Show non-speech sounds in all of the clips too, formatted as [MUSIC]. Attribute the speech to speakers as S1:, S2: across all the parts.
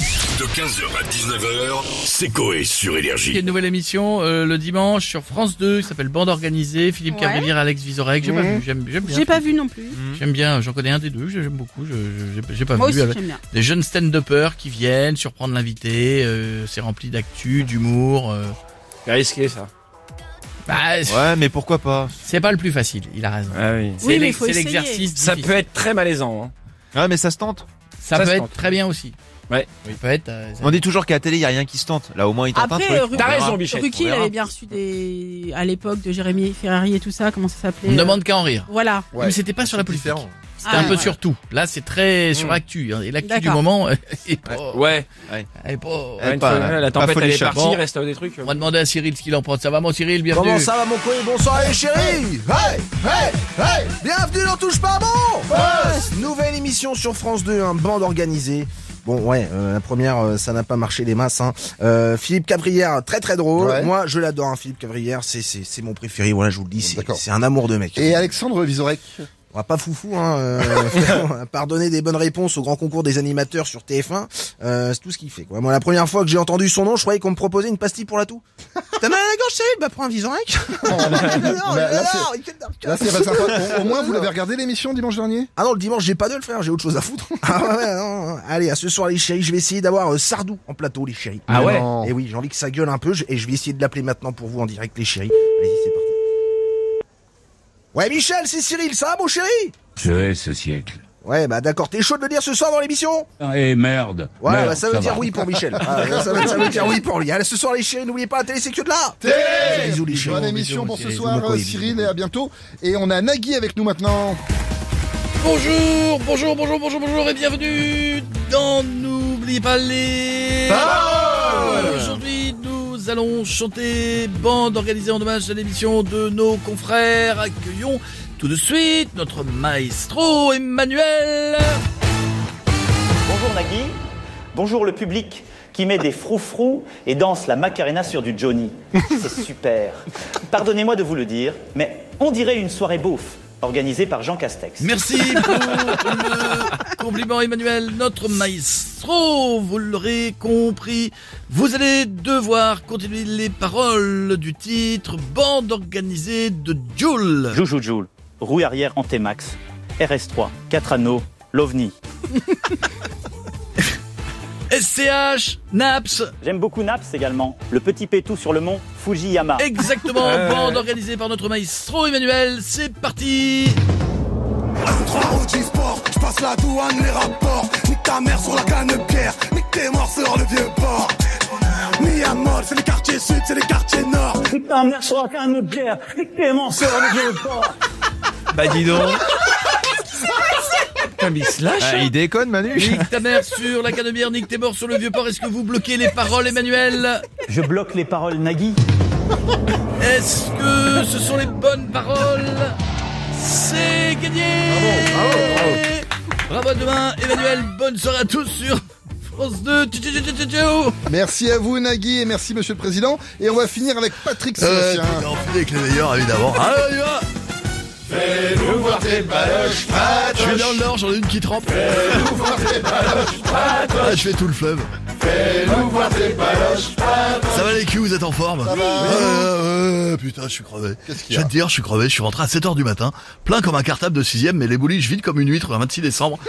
S1: De 15h à 19h, c'est Coé sur
S2: Il y a
S1: Énergie.
S2: une nouvelle émission euh, le dimanche sur France 2 qui s'appelle Bande Organisée. Philippe
S3: Ouais.
S2: Carvillière, Alex Vizorek. J'ai pas vu, j'aime j'aime bien.
S3: J'ai pas vu non plus.
S2: J'aime bien, j'en connais un des deux, j'aime beaucoup. je- je- J'ai j'ai pas
S3: Moi
S2: vu.
S3: aussi
S2: avec-
S3: j'aime bien.
S2: Des jeunes stand-uppers qui viennent surprendre l'invité. euh, c'est rempli d'actu, d'humour. euh.
S4: C'est risqué ça.
S2: Bah, c'est-
S5: Ouais, mais pourquoi pas
S2: c'est pas le plus facile. Il a raison.
S4: Ah oui.
S2: C'est
S3: Oui, mais
S2: l'ex-
S3: faut
S2: c'est
S3: essayer.
S2: l'exercice.
S4: Ça
S2: difficile.
S4: peut être très malaisant. Hein.
S5: Ouais, mais ça se tente.
S2: Ça,
S4: Ça
S2: peut
S4: se
S2: être
S4: tente.
S2: très bien aussi.
S4: Ouais.
S2: Ça peut être. euh, ça-
S5: On dit toujours qu'à la télé, il y a rien qui se tente. Là, au moins, il tente
S3: Après,
S5: un truc.
S3: euh,
S5: on
S4: T'as
S5: verra.
S4: raison, Bichette.
S3: Ruki, il
S5: on verra.
S3: avait bien reçu des à l'époque de Jérémy Ferrari et tout ça, comment ça s'appelait
S2: On ne
S3: euh,
S2: demande qu'à en rire.
S3: Voilà.
S2: Mais c'était pas sur la politique.
S6: différent.
S2: C'était
S3: Ah,
S2: un peu
S3: ouais.
S2: sur tout. Là, c'est très sur l'actu. hein. Et l'actu du
S3: D'accord.
S2: moment [LAUGHS] est pas.
S4: Hmm. Ouais.
S2: est pas-
S5: Elle
S4: ouais,
S5: pas-
S4: une fois-
S5: pas
S4: la tempête elle est
S5: folichon.
S4: partie,
S2: Bon.
S4: il reste des trucs.
S2: On va demander à Cyril ce qu'il en pense. Ça va mon Cyril, bienvenue.
S6: Comment ça va mon coin Bonsoir les chéris Hey Hey Hey Bienvenue dans Touche pas bon Boss Nouvelle émission sur France 2, un bande organisée. Bon ouais, euh, la première euh, ça n'a pas marché les masses. Hein. Euh, Philippe Cavrière, très très drôle.
S7: Ouais.
S6: Moi je l'adore, hein, Philippe Cavrière, c'est c'est c'est mon préféré. Voilà, je vous le dis, c'est
S7: D'accord.
S6: c'est un amour de mec.
S7: Et euh, Alexandre Vizorek
S6: On va pas foufou, hein. euh, [LAUGHS] vraiment, à part donner des bonnes réponses au grand concours des animateurs sur TF1, euh, c'est tout ce qu'il fait. Quoi. Moi, la première fois que j'ai entendu son nom, je croyais qu'on me proposait une pastille pour la
S7: [LAUGHS]
S6: toux. T'as mal à la gorge, chérie Bah prends un Vizorek.
S7: Non, non,
S6: Non,
S7: non, mais Bah, là,
S6: non,
S7: c'est-
S6: il fait de la-
S7: Là, c'est pas sympa. Au, au moins, vous l'avez regardé l'émission dimanche dernier
S6: Ah non, le dimanche, j'ai pas de le faire, j'ai autre chose à foutre. [LAUGHS] Ah ouais, ouais, non, non. Allez, à ce soir, les chéris, je vais essayer d'avoir euh, Sardou en plateau, les chéris.
S4: Ah ouais.
S7: Non.
S6: Et oui, j'ai envie que ça gueule un peu, je- et je vais essayer de l'appeler maintenant pour vous en direct, les chéris. Allez, c'est parti. Ouais, Michel, c'est Cyril, ça va, mon chéri
S8: C'est ce siècle.
S6: Ouais, bah d'accord, t'es chaud de le dire ce soir dans l'émission
S8: Eh merde.
S6: Ouais,
S8: Merde,
S6: bah, ça veut dire
S8: va.
S6: oui pour Michel. Ah, ouais, ça, veut, ça veut dire oui pour lui. Allez, ce soir, les chéris, n'oubliez pas, la télé, c'est que de là Bisous, les chéris.
S7: Bonne émission pour ce
S6: Bisous,
S7: soir,
S6: Moko,
S7: euh,
S6: et
S7: Cyril,
S6: bisous.
S7: et à bientôt. Et on a Nagui avec nous maintenant.
S2: Bonjour, bonjour, bonjour, bonjour, bonjour et bienvenue dans N'oubliez pas les paroles. Aujourd'hui, nous allons chanter bande organisée en hommage à l'émission de nos confrères. Accueillons tout de suite notre maestro Emmanuel.
S9: Bonjour Nagui, bonjour le public qui met des froufrous et danse la Macarena sur du Johnny. C'est super. Pardonnez-moi de vous le dire, mais on dirait une soirée beauf organisée par Jean Castex.
S2: Merci pour le compliment Emmanuel, notre maestro, vous l'aurez compris, vous allez devoir continuer les paroles du titre Bande organisée de Joule.
S9: Joujou Joule, roue arrière en T-Max, RS3, 4 anneaux, l'OVNI.
S2: SCH, Naps,
S9: J'aime beaucoup Naps également, le petit pétou sur le mont Fujiyama.
S2: exactement,
S4: Ouais.
S2: bande organisée par notre maestro Emmanuel, c'est parti
S9: Putain, merde, sur un autre bière, mon sort le
S2: Eh
S9: vieux port.
S4: Bah dis donc. Putain, mais il se lâche.
S5: Ah,
S4: hein.
S5: il déconne, Manu.
S2: Nique ta mère sur la canebière, nique tes morts sur le vieux port, est-ce que vous bloquez les paroles Emmanuel
S9: Je bloque les paroles Nagui.
S2: Est-ce que ce sont les bonnes paroles C'est gagné Bravo, à demain, Emmanuel, bonne soirée à tous sur France 2. Tchou, tchou, tchou, tchou, tchou.
S7: Merci à vous, Nagui, et merci, monsieur le président. Et on va finir avec Patrick
S2: Euh,
S7: Sébastien.
S6: avec les meilleurs, évidemment.
S2: Ah, on y va Je vais dans le nord, j'en ai une qui trempe. Ah, je fais tout le fleuve. Ça va les culs, vous êtes en forme Euh, euh, Putain, je suis crevé.
S7: qu'il y
S2: Je vais
S7: a
S2: te dire, je suis crevé, je suis rentré à 7h du matin, plein comme un cartable de 6ème, mais les bouliches vides comme une huître un 26 décembre.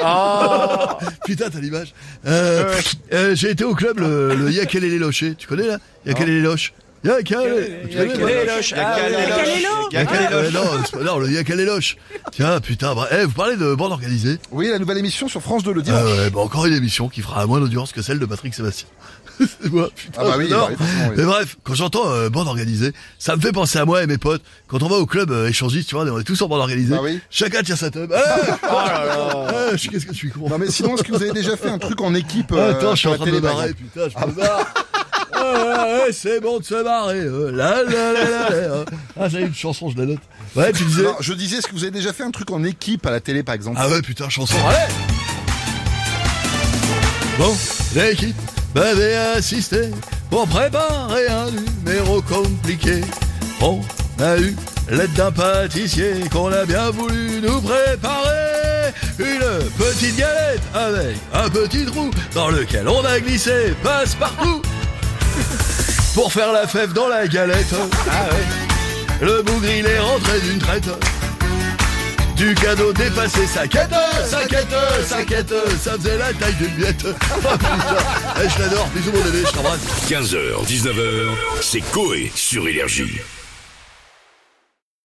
S2: [LAUGHS] Putain, t'as l'image. Euh, euh, J'ai été au club, le, le Yakelele Locher. Tu connais là Yakelele Loche Yakelele
S4: Yakelele Loche. Ah,
S3: Yakelele Loche.
S2: Ouais, non, c'est pas- non, le Yakelele Loche. Tiens, putain, bah, eh, vous parlez de bande organisée
S7: Oui, la nouvelle émission sur France 2 le
S2: Ah
S7: dimanche.
S2: ouais, bah encore une émission qui fera moins d'audience que celle de Patrick Sébastien. C'est moi, putain,
S7: Ah bah oui,
S2: j'adore.
S7: bah oui, forcément, oui.
S2: Mais bref, quand j'entends euh, bande organisée, ça me fait penser à moi et mes potes. Quand on va au club euh, échangiste, tu vois, on est tous en bande organisée.
S7: Ah oui.
S2: Chacun tient sa teub. Eh, eh, je- Qu'est-ce que je suis con.
S7: Non, mais sinon, est-ce que vous avez déjà fait un truc en équipe
S2: Ah,
S7: euh,
S2: Attends, je suis
S7: à
S2: en
S7: la
S2: train de
S7: télé,
S2: me
S7: par
S2: marrer,
S7: exemple
S2: putain, je me marre. Ouais, ouais, ouais, c'est Eh bon de se marrer. euh, la, la, la, la, la. Ah, j'ai une chanson, je la note. Ouais, tu disais.
S7: Non, je disais, est-ce que vous avez déjà fait un truc en équipe à la télé, par exemple
S2: Ah ouais, putain, chanson. Allez Bon, l'équipe m'avait assisté pour préparer un numéro compliqué. On a eu l'aide d'un pâtissier qu'on a bien voulu nous préparer.
S1: une petite galette avec un petit trou dans lequel on a glissé passe partout [LAUGHS] pour faire la fève dans la galette. Ah ouais. Le bougre il est rentré d'une traite. Du cadeau dépassé sa quête, sa quête, sa quête, ça faisait la taille d'une [LAUGHS] miette. Ah, putain. Eh, je l'adore, bisous mon bébé, je t'embrasse.
S10: 15h, 19h, c'est Coé sur Énergie.